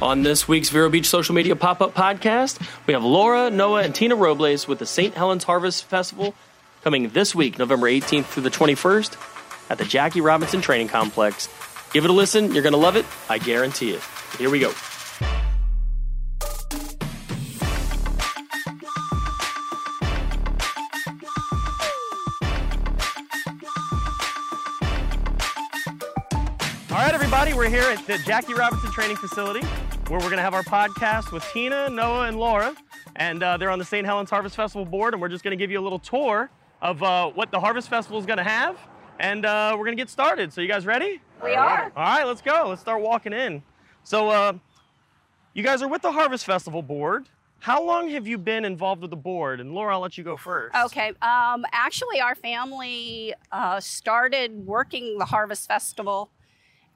On this week's Vero Beach Social Media Pop Up Podcast, we have Laura, Noah, and Tina Robles with the St. Helens Harvest Festival coming this week, November 18th through the 21st at the Jackie Robinson Training Complex. Give it a listen. You're going to love it. I guarantee it. Here we go. All right, everybody, we're here at the Jackie Robinson Training Facility where we're going to have our podcast with Tina, Noah, and Laura. And uh, they're on the St. Helens Harvest Festival board, and we're just going to give you a little tour of uh, what the Harvest Festival is going to have. And uh, we're going to get started. So, you guys ready? We are. All right, let's go. Let's start walking in. So, uh, you guys are with the Harvest Festival board. How long have you been involved with the board? And Laura, I'll let you go first. Okay. Um, actually, our family uh, started working the Harvest Festival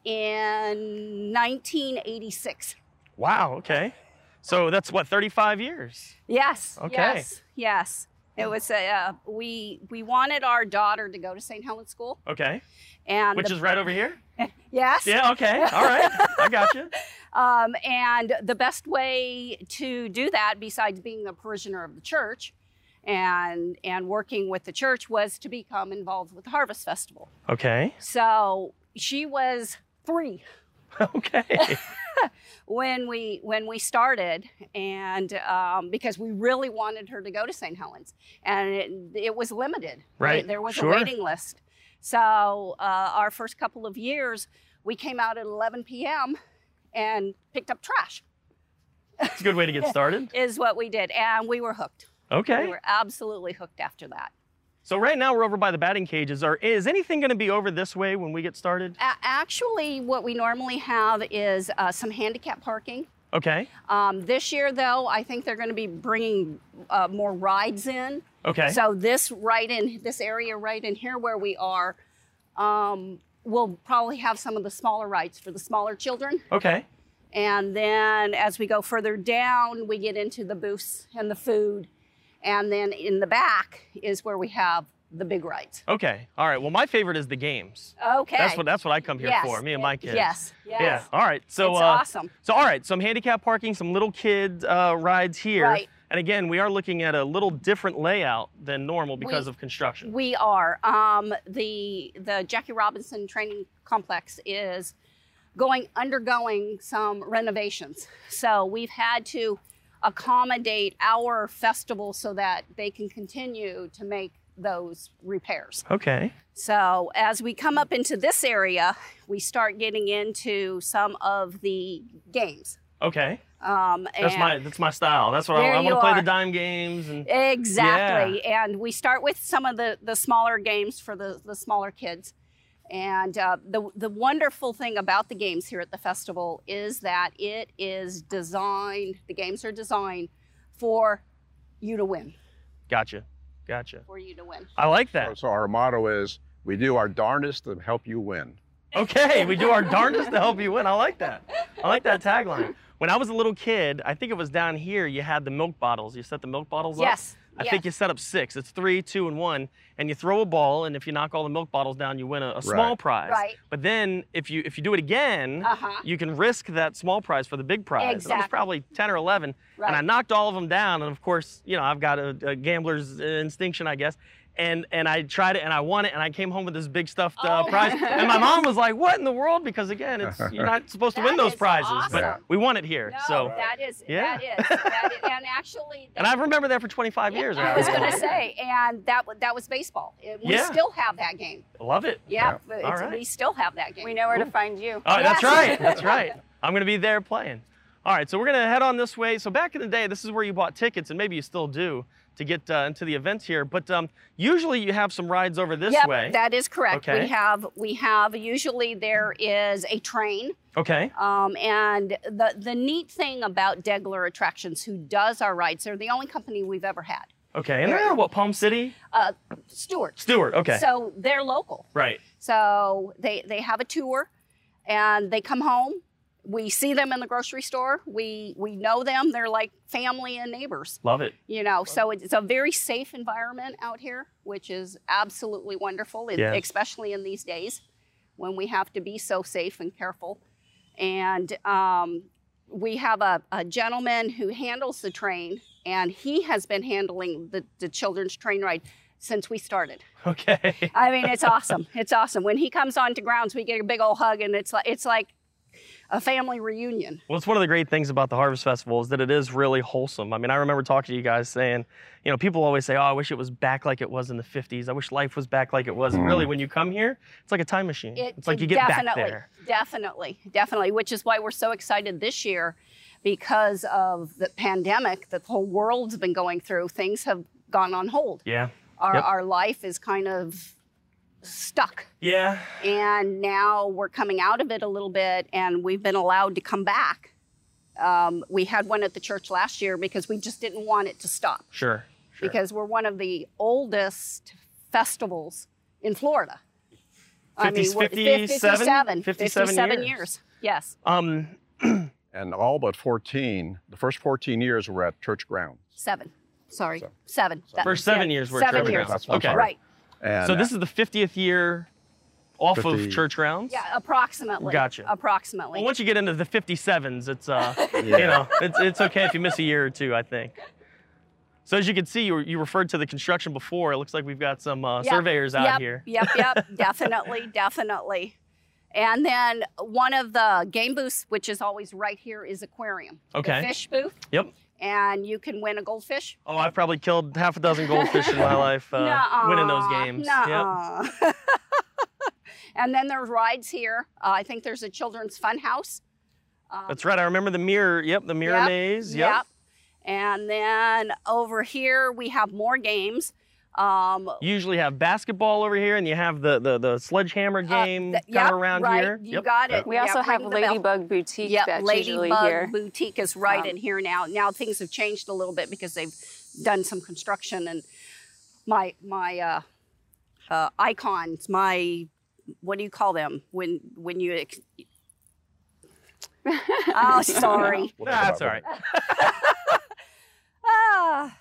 in 1986. Wow. Okay. So that's what 35 years. Yes. Okay. Yes. Yes. It was a uh, we we wanted our daughter to go to St. Helens School, Okay. and Which the- is right over here. yes, Yeah. Okay. All right. I got you. Um, and the best way to do that, besides being a parishioner of the church, and and working with the church, was to become involved with the Harvest Festival. Okay. So she was three Okay. when we when we started, and um, because we really wanted her to go to St. Helens, and it, it was limited. Right, there was sure. a waiting list. So uh, our first couple of years, we came out at 11 p.m. and picked up trash. It's a good way to get started. Is what we did, and we were hooked. We Okay. were absolutely hooked after that. So right now we're over by the batting cages. Are is anything going to be over this way when we get started? A- actually, what we normally have is uh, some handicap parking. Okay. Um, this year, though, I think they're going to be bringing uh, more rides in. Okay. So this right in this area right in here where we are, um, we'll probably have some of the smaller rides for the smaller children. Okay. And then as we go further down, we get into the booths and the food. And then in the back is where we have the big rides. Okay. All right. Well, my favorite is the games. Okay. That's what that's what I come here for. Me and my kids. Yes. Yes. Yeah. All right. So It's uh, awesome. So all right. Some handicap parking, some little kid uh, rides here. Right. And again, we are looking at a little different layout than normal because We- of construction. We are. Um, the the Jackie Robinson Training Complex is going undergoing some renovations, so we've had to accommodate our festival so that they can continue to make those repairs. okay. So as we come up into this area, we start getting into some of the games. Okay. Um, That's and- my that's my style. That's what I, There I want you to play are. the dime games and Exactly. And we start with some of the, the smaller games for the, the smaller kids. And uh, the, the wonderful thing about the games here at the festival is that it is designed, the games are designed for you to win. gotcha, gotcha. For you to win. I like that. So our motto is, we do our darndest to help you win. Okay, we do our darndest to help you win. I like that. I like that tagline. When I was a little kid, I think it was down here, you had the milk bottles. You set the milk bottles up. Yes. I yes. think you set up six. It's three, two, and one. And you throw a ball, and if you knock all the milk bottles down, you win a, a small Right. prize. Right. But then if you if you do it again, Uh-huh. you can risk that small prize for the big prize. And It was Exactly. probably 10 or 11. And I Right. knocked all of them down. And of course, you know, I've got a, a gambler's uh, instinction, I guess. And, and I tried it and I won it and I came home with this big stuffed uh, Oh. prize. And my mom was like, "What in the world?" Because again, it's you're not supposed to win That those is prizes, but awesome. we won it here. No, so, that is, Yeah. that is, that is. And actually, and I've remembered that for 25 years. I was after going that. to say, and that, wa- that was baseball. It- We Yeah. still have that game. love it. Yeah, Yeah. but it's, All right. we still have that game. We know where to find you. Oh, that's Yes. right. That's right. I'm gonna be there playing. All right, so we're gonna head on this way. So back in the day, this is where you bought tickets, and maybe you still do to get uh, into the events here. But um, usually you have some rides over this yep, way. That is correct. Okay. We have we have usually there is a train. okay. Um, and the the neat thing about Degler Attractions, who does our rides, they're the only company we've ever had. Okay. And they're what Palm City, Uh, Stewart. Stewart. Okay. So they're local. right. So they they have a tour, and they come home. We see them in the grocery store. We we know them. They're like family and neighbors. Love it. you know so it's a very safe environment out here which is absolutely wonderful it- Yes. especially in these days when we have to be so safe and careful and um, we have a, a gentleman who handles the train, and he has been handling the, the children's train ride since we started. Okay. I mean, it's awesome. It's awesome. When he comes onto grounds, we get a big old hug, and it's like it's like a family reunion. Well, it's one of the great things about the Harvest Festival is that it is really wholesome. I mean, I remember talking to you guys saying, you know, people always say, oh, I wish it was back like it was in the 50s. I wish life was back like it was. And really, when you come here, it's like a time machine. It- it's like it you get back definitely, there. Definitely, definitely, which is why we're so excited this year because of the pandemic that the whole world's been going through. Things have gone on hold. Yeah. Our, Yep. our life is kind of stuck. Yeah. And now we're coming out of it a little bit and we've been allowed to come back. Um, we had one at the church last year because we just didn't want it to stop Sure. sure. because we're one of the oldest festivals in Florida. 50s, 57? we're- 57, 57 57 years. years. Yes. um, And all but 14, the first 14 years were at church grounds. Seven. Sorry. Seven. Seven. That- First seven yeah, years we're at seven Trevor years. Grounds. That's what I'm Okay. sorry. Right. And so this is the 50th year off of 50. church grounds? Yeah, approximately. Gotcha. Approximately. Well, once you get into the 57s, it's uh, Yeah. you know, it's, it's okay if you miss a year or two, I think. So as you can see, you, you referred to the construction before. It looks like we've got some uh, Yep, surveyors out yep, here. Yep, yep, definitely, definitely. And then one of the game booths, which is always right here, is aquarium. The Okay. fish booth, Yep. and you can win a goldfish. Oh, I've probably killed half a dozen goldfish in my life uh, Nuh-uh, winning those games. Yep. nuh-uh. and then there's rides here. Uh, I think there's a children's fun house. Um, That's right. I remember the mirror. Yep, the mirror Yep, maze. Yep. And then over here we have more games. Um, You usually have basketball over here, and you have the the, the sledgehammer uh, game kind th- yep, of around right, here. You yep. got it. We Yeah, also have ring the bell. Ladybug Boutique Yep, that's usually Ladybug here. Boutique is right Um, in here now. Now things have changed a little bit because they've done some construction and my my uh, uh, icons, my what do you call them when when you? Ex- oh, sorry. We'll talk Nah, that's all about right. it. Ah,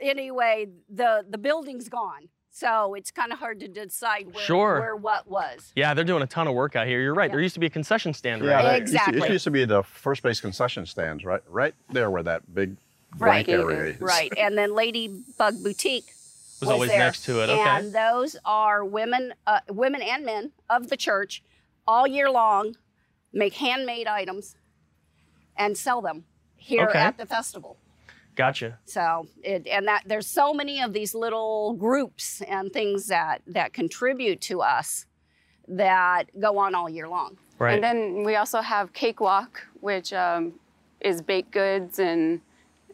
anyway, the the building's gone, so it's kind of hard to decide where, Sure. where what was. Yeah, they're doing a ton of work out here. You're right. There used to be a concession stand Yeah, right that here. used to- Exactly. It used to be the first base concession stands, right? Right there where that big Right. blank area is. Right, and then Ladybug Boutique was always there. next to it. Okay. And those are women, uh, women and men of the church, all year long, make handmade items, and sell them here Okay. at the festival. Gotcha. So, it, and that there's so many of these little groups and things that that contribute to us that go on all year long. Right. And then we also have Cakewalk, which um, is baked goods and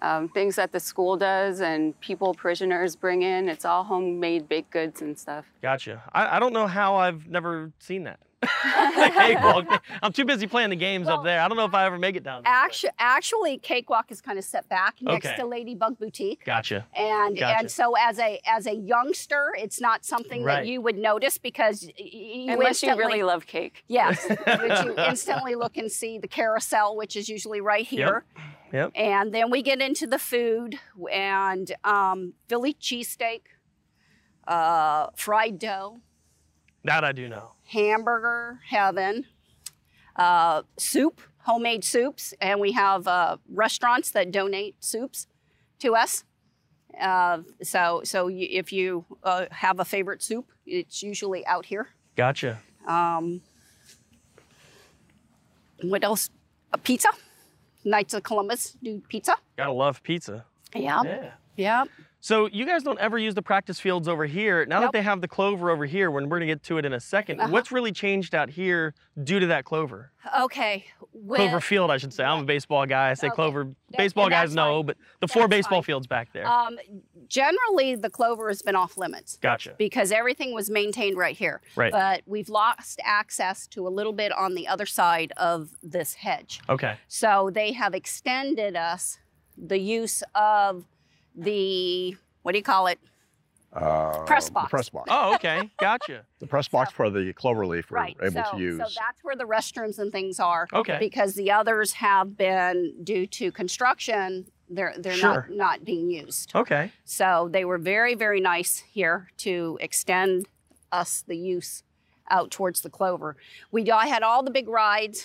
um, things that the school does and people prisoners bring in. It's all homemade baked goods and stuff. Gotcha. I, I don't know how I've never seen that. The cakewalk thing. I'm too busy playing the games up Well, there. I don't know if I ever make it down. there. Actually, actually, Cakewalk is kind of set back next Okay. to Ladybug Boutique. Gotcha. and Gotcha. and so as a as a youngster it's not something Right. that you would notice because y- y- you Unless you really instantly- love cake. yes which you instantly look and see the carousel which is usually right here Yep. and then we get into the food and um, philly cheesesteak uh, fried dough That I do know. hamburger heaven uh, soup homemade soups and we have uh, restaurants that donate soups to us uh, so so you, if you uh, have a favorite soup it's usually out here Gotcha. um, what else a pizza knights of columbus do pizza Gotta love pizza. yeah Yeah. yeah So you guys don't ever use the practice fields over here. Now that Nope. they have the clover over here, when we're gonna get to it in a 2nd Uh-huh. what's really changed out here due to that clover? okay with, clover field, I should say. I'm a baseball guy. I say Okay. clover. baseball and guys that's know, fine. but the four That's baseball fine. fields back there. um, generally the clover has been off limits gotcha. because everything was maintained right here. Right. But we've lost access to a little bit on the other side of this hedge. Okay. So they have extended us the use of the what do you call it? Uh, Press the box. Press box. Oh, okay. Gotcha. The press box for the clover leaf we're right. able so, to use. so that's where the restrooms and things are. Okay. Because the others have been due to construction, they're they're Sure. not not being used. Okay. So they were very, very nice here to extend us the use out towards the clover. We I had all the big rides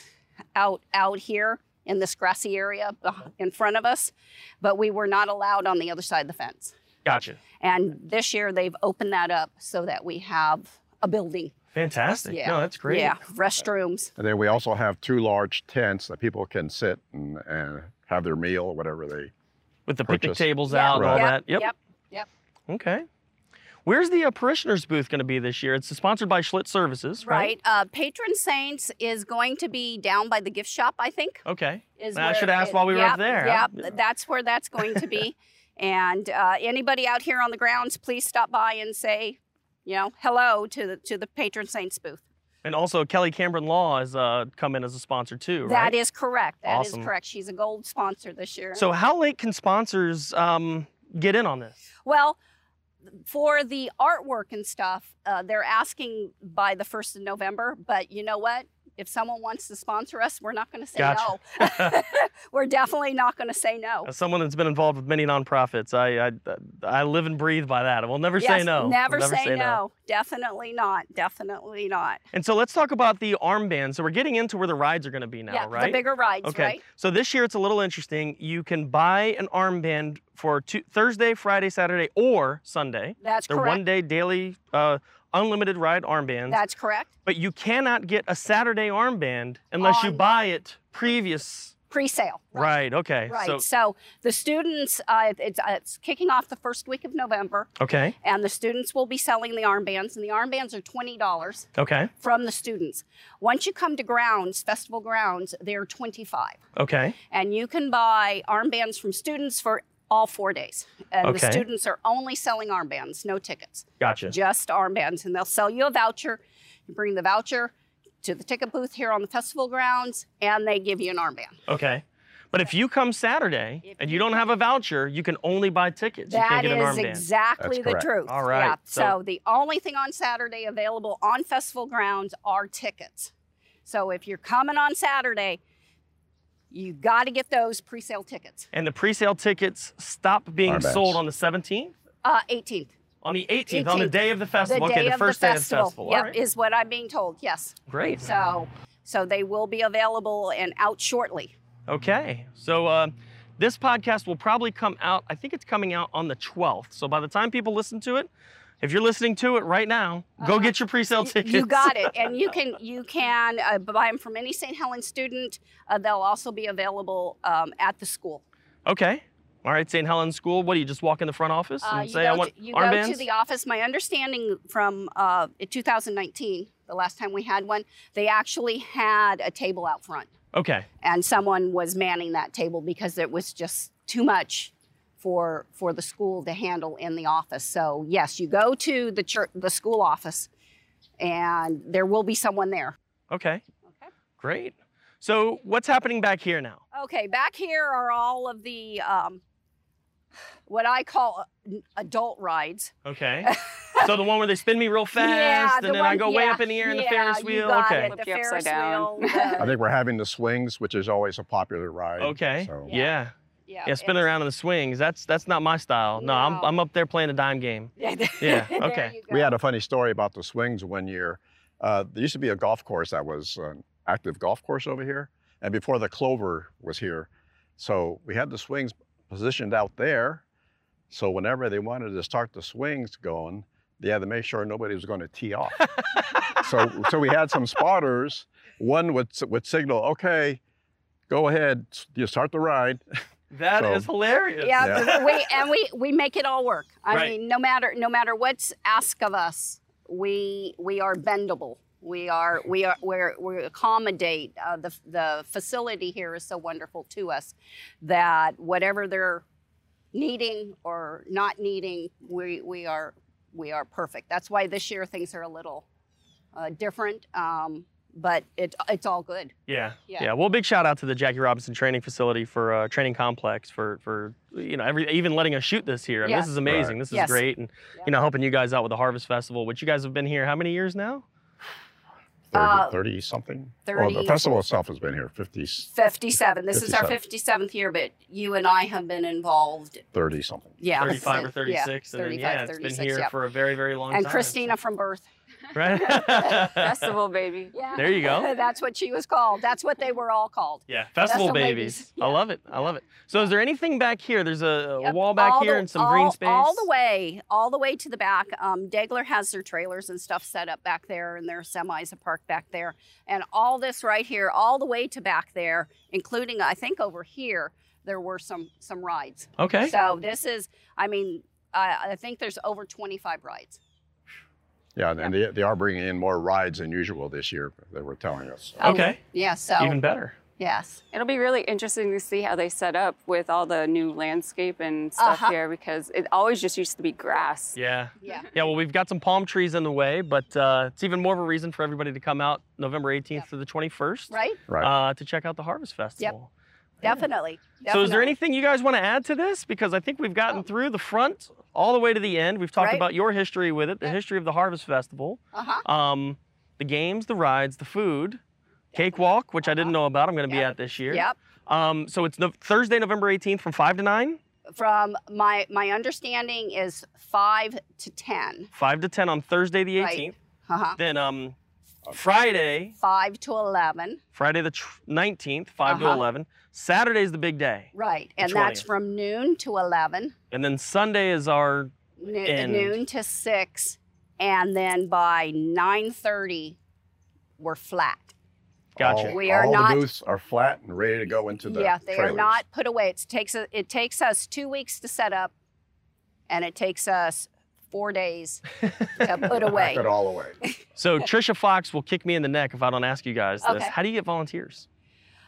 out out here in this grassy area beh- in front of us, but we were not allowed on the other side of the fence. Gotcha. And this year they've opened that up so that we have a building. Fantastic. No, that's great. Yeah, restrooms. And then we also have two large tents that people can sit and, and have their meal, whatever they. With the picnic Purchase. tables Yeah. out, and all Right. that. Yep. Yep. Okay. Where's the uh, parishioners booth going to be this year? It's sponsored by Schlitz Services, right? Right. Uh, Patron Saints is going to be down by the gift shop, I think. Okay. Is I where should ask it- while we were yep, up there. Yep, Yeah. that's where that's going to be. and uh, anybody out here on the grounds, please stop by and say, you know, hello to the to the Patron Saints booth. And also, Kelly Cameron Law has uh, come in as a sponsor too, right? That is correct. That is Awesome. correct. She's a gold sponsor this year. So, how late can sponsors um, get in on this? Well, for the artwork and stuff, uh, they're asking by the 1st of November, but you know what? If someone wants to sponsor us, we're not going to say Gotcha. no. we're definitely not going to say no. As someone that's been involved with many nonprofits, I I, I live and breathe by that. I will never say Yes, no. I'll Never, say, no. Definitely not. Definitely not. And so let's talk about the armband. So we're getting into where the rides are going to be now, yeah, right? the bigger rides, okay. right? So this year it's a little interesting. You can buy an armband for two, Thursday, Friday, Saturday, or Sunday. That's They're correct. one-day daily, uh, unlimited ride armbands. That's correct. but you cannot get a Saturday armband unless you On- buy it previous. Pre-sale. Right. okay. Right. So So, the students, uh, it's, uh, it's kicking off the first week of November, okay. and the students will be selling the armbands, and the armbands are twenty dollars. Okay. from the students. Once you come to grounds, festival grounds, they're 25. Okay. And you can buy armbands from students for all four days. And Okay. the students are only selling armbands, no tickets, Gotcha. just armbands. And they'll sell you a voucher. You bring the voucher to the ticket booth here on the festival grounds, and they give you an armband. Okay. But if you come Saturday If and you you don't have a voucher, you can only buy tickets. you can't That get an is armband. exactly That's the correct. truth. All right, Yeah. so- so the only thing on Saturday available on festival grounds are tickets. So if you're coming on Saturday, you got to get those pre-sale tickets. and the pre-sale tickets stop being Armbands. sold on the 17th, Uh, 18th, on the 18th, on the 18th. day of the festival. the okay, day the of first the day festival. of the festival. All Yep, right. is what I'm being told. Yes. Great. So, so they will be available and out shortly. Okay. So uh, this podcast will probably come out, I think it's coming out on the 12th. So by the time people listen to it, if you're listening to it right now, go Uh-huh. get your pre-sale You- tickets. You got it, and you can you can uh, buy them from any St. Helens student. Uh, they'll also be available um, at the school. Okay. All right, St. Helens School. What do you just walk in the front office and Uh, you say go I want to, you armbands? go to the office. My understanding from uh, 2019, the last time we had one, they actually had a table out front, okay. and someone was manning that table because it was just too much for for the school to handle in the office. So yes, you go to the church, the school office, and there will be someone there. Okay. Okay. Great. So what's happening back here now? Okay, back here are all of the um, what I call uh, adult rides. Okay. so the one where they spin me real fast and the then I one- go way yeah, up in the air in the yeah, Ferris you wheel. got okay. it, The Flip you upside Ferris down. wheel. I the- think we're having the swings, which is always a popular ride. Okay. So Yeah. Yeah. yeah. yeah, spinning around in the swings. That's that's not my style. No, I'm No. I'm up there playing a dime game. around. Yeah, okay. we had a funny story about the swings one year. Uh, there used to be a golf course that was an active golf course over here, and before the Clover was here, so we had the swings positioned out there. So whenever they wanted to start the swings going, they had to make sure nobody was going to tee off. so so we had some spotters. One would s- would signal, okay, go ahead, s- you start the ride. That is So- hilarious. Yeah, Yeah. we and we we make it all work. I Right. mean, no matter no matter what's asked of us, we we are bendable. We are we are we're, we accommodate uh, the the facility here is so wonderful to us that whatever they're needing or not needing, we we are we are perfect. That's why this year things are a little uh, different, um, but it it's all good. yeah. Yeah. Well, big shout out to the Jackie Robinson Training Facility for uh, training complex for for you know every even letting us shoot this here. I mean, Yeah. This is amazing. Right. This is Yes. great, and you know helping you guys out with the Harvest Festival, which you guys have been here how many years now? 30, Uh, 30 something. well, 30. the festival itself has been here 50, 57. This is our 57. 57th year, but you and I have been involved. 30 something. Yeah. Thirty five or yeah, thirty six, and then yeah, it's been 36, here yep. for a very very long And time. Christina from birth. right? Festival baby. Yeah. There you go. That's what she was called. That's what they were all called. yeah, festival Festival babies. babies. I love it. I love it. So, is there anything back here? There's a, a wall back All here the- and some all- green space. All the way, all the way to the back. Um, Dagler has their trailers and stuff set up back there, and their semis are parked back there. And all this right here, all the way to back there, including I think over here, there were some some rides. Okay. So this is, I mean, I, I think there's over 25 rides. Yeah, and, and they, they are bringing in more rides than usual this year, they were telling us. Oh, okay. Yeah. So Even better. yes. It'll be really interesting to see how they set up with all the new landscape and stuff Uh-huh. here because it always just used to be grass. Yeah. Yeah. Yeah, well, we've got some palm trees in the way, but uh, it's even more of a reason for everybody to come out November 18th Yep. to the 21st Right. Right. uh, to check out the Harvest Festival. So, Definitely. is there Definitely. anything you guys want to add to this? Because I think we've gotten Oh. through the front all the way to the end. We've talked Right. about your history with it, the Yep. history of the Harvest Festival, Uh-huh. um, the games, the rides, the food, cakewalk, which I didn't Uh-huh. know about. I'm going to be Yep. at this year. Yep. Um, so it's no- Thursday, November 18th from 5 to 9, From my my understanding is five to ten. 5 to 10 on Thursday the 18th. Right. Uh-huh. Then um, Friday, Five to eleven. Friday the tr- 19th, 5 to Uh-huh. 11. Saturday's the big day. Right, and 20th. that's from noon to 11, And then Sunday is our, noo- And- noon to 6, and then by 9.30, we're flat. gotcha. All, oh. We are all not- the booths are flat and ready to go into the yeah, they trailers. are not put away. It takes, a, it takes us two weeks to set up, and it takes us four days to put away. Pack it all away. So Trisha Fox will kick me in the neck if I don't ask you guys this. Okay. How do you get volunteers?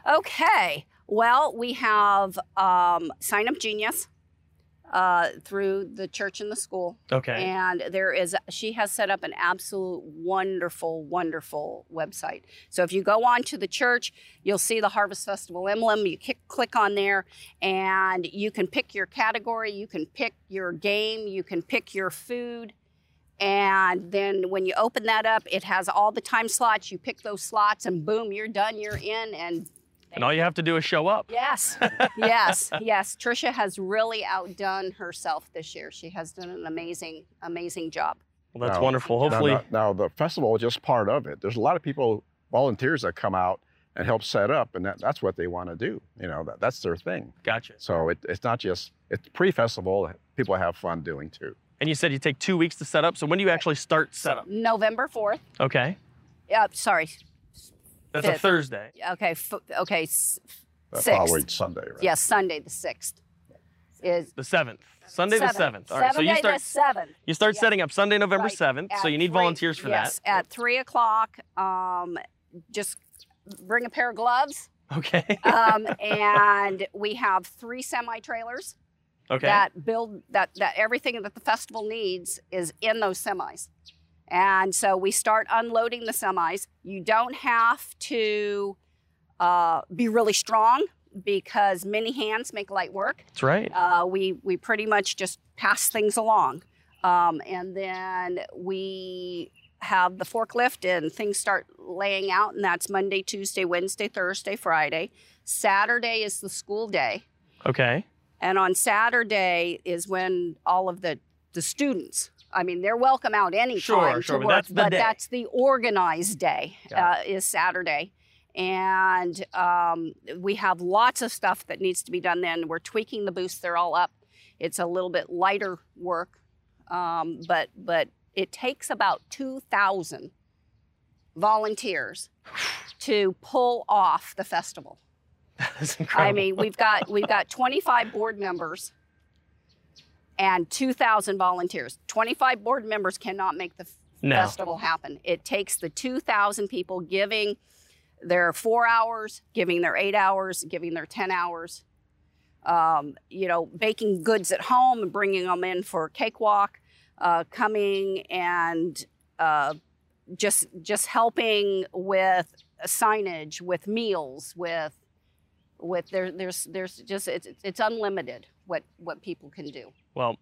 Okay. Well, we have um, Sign Up Genius uh, through the church and the school. Okay. And there is, she has set up an absolute wonderful, wonderful website. So if you go on to the church, you'll see the Harvest Festival emblem. You kick, click on there and you can pick your category, you can pick your game, you can pick your food. And then when you open that up, it has all the time slots. You pick those slots and boom, you're done, you're in. And and all you have to do is show up. yes, yes, yes. Trisha has really outdone herself this year. She has done an amazing, amazing job. Well, that's No. wonderful. Now, Hopefully. Now, now, the festival is just part of it. There's a lot of people, volunteers that come out and help set up, and that, that's what they want to do. You know, that, that's their thing. Gotcha. So it, it's not just it's pre-festival. People have fun doing too. And you said you take two weeks to set up. So when do you actually start setup? November 4th. Okay. Uh, sorry. That's a Fifth. Thursday. Okay. F- okay. S- The Sixth. following Sunday, right? yes, Sunday the 6th is The seventh. Sunday the seventh. All right. so Sunday you start the 7th. you start yeah. setting up Sunday, November Right. seventh. So At you need three- volunteers for yes, that. at 3 o'clock. Um, just bring a pair of gloves. Okay. Um, and we have three semi trailers okay. that build that that everything that the festival needs is in those semis and so we start unloading the semis you don't have to uh, be really strong because many hands make light work that's right. uh, we we pretty much just pass things along um, and then we have the forklift and things start laying out and that's monday tuesday wednesday thursday friday saturday is the school day Okay. and on Saturday is when all of the the students. I mean, they're welcome out anytime Sure, to sure, but work, that's the but day. that's the organized day uh, Got is Saturday, and um, we have lots of stuff that needs to be done. Then we're tweaking the booths; they're all up. It's a little bit lighter work, um, but but it takes about two thousand volunteers to pull off the festival. That's I incredible. mean, we've got we've got 25 board members and 2,000 volunteers. 25 board members cannot make the f- No. festival happen. It takes the 2,000 people giving their four hours, giving their eight hours, giving their 10 hours. Um, you know, baking goods at home and bringing them in for cakewalk, uh, coming and uh, just just helping with signage, with meals, with with there there's there's just it's it's unlimited what what people can do. Well,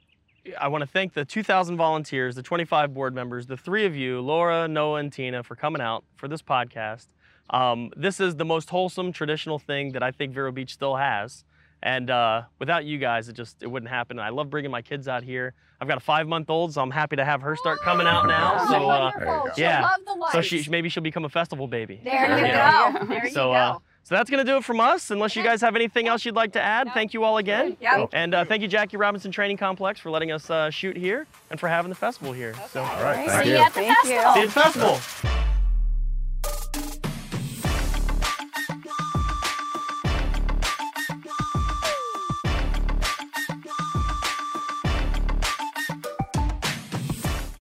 I want to thank the 2,000 volunteers, the 25 board members, the three of you, Laura, Noah, and Tina, for coming out for this podcast. Um, this is the most wholesome, traditional thing that I think Vero Beach still has. And uh, without you guys, it just it wouldn't happen. And I love bringing my kids out here. I've got a five month old, so I'm happy to have her start coming out now. Oh, So uh, wonderful. There you go. She'll Yeah. love the lights. so she maybe she'll become a festival baby. there you Yeah. go. There you So, go. uh, so that's gonna do it from us. Unless you guys have anything else you'd like to add, thank you all again. Yep. And uh, thank you, Jackie Robinson Training Complex, for letting us uh, shoot here and for having the festival here. So All right. See Thank you you. at the Thank you. festival. see you at the festival.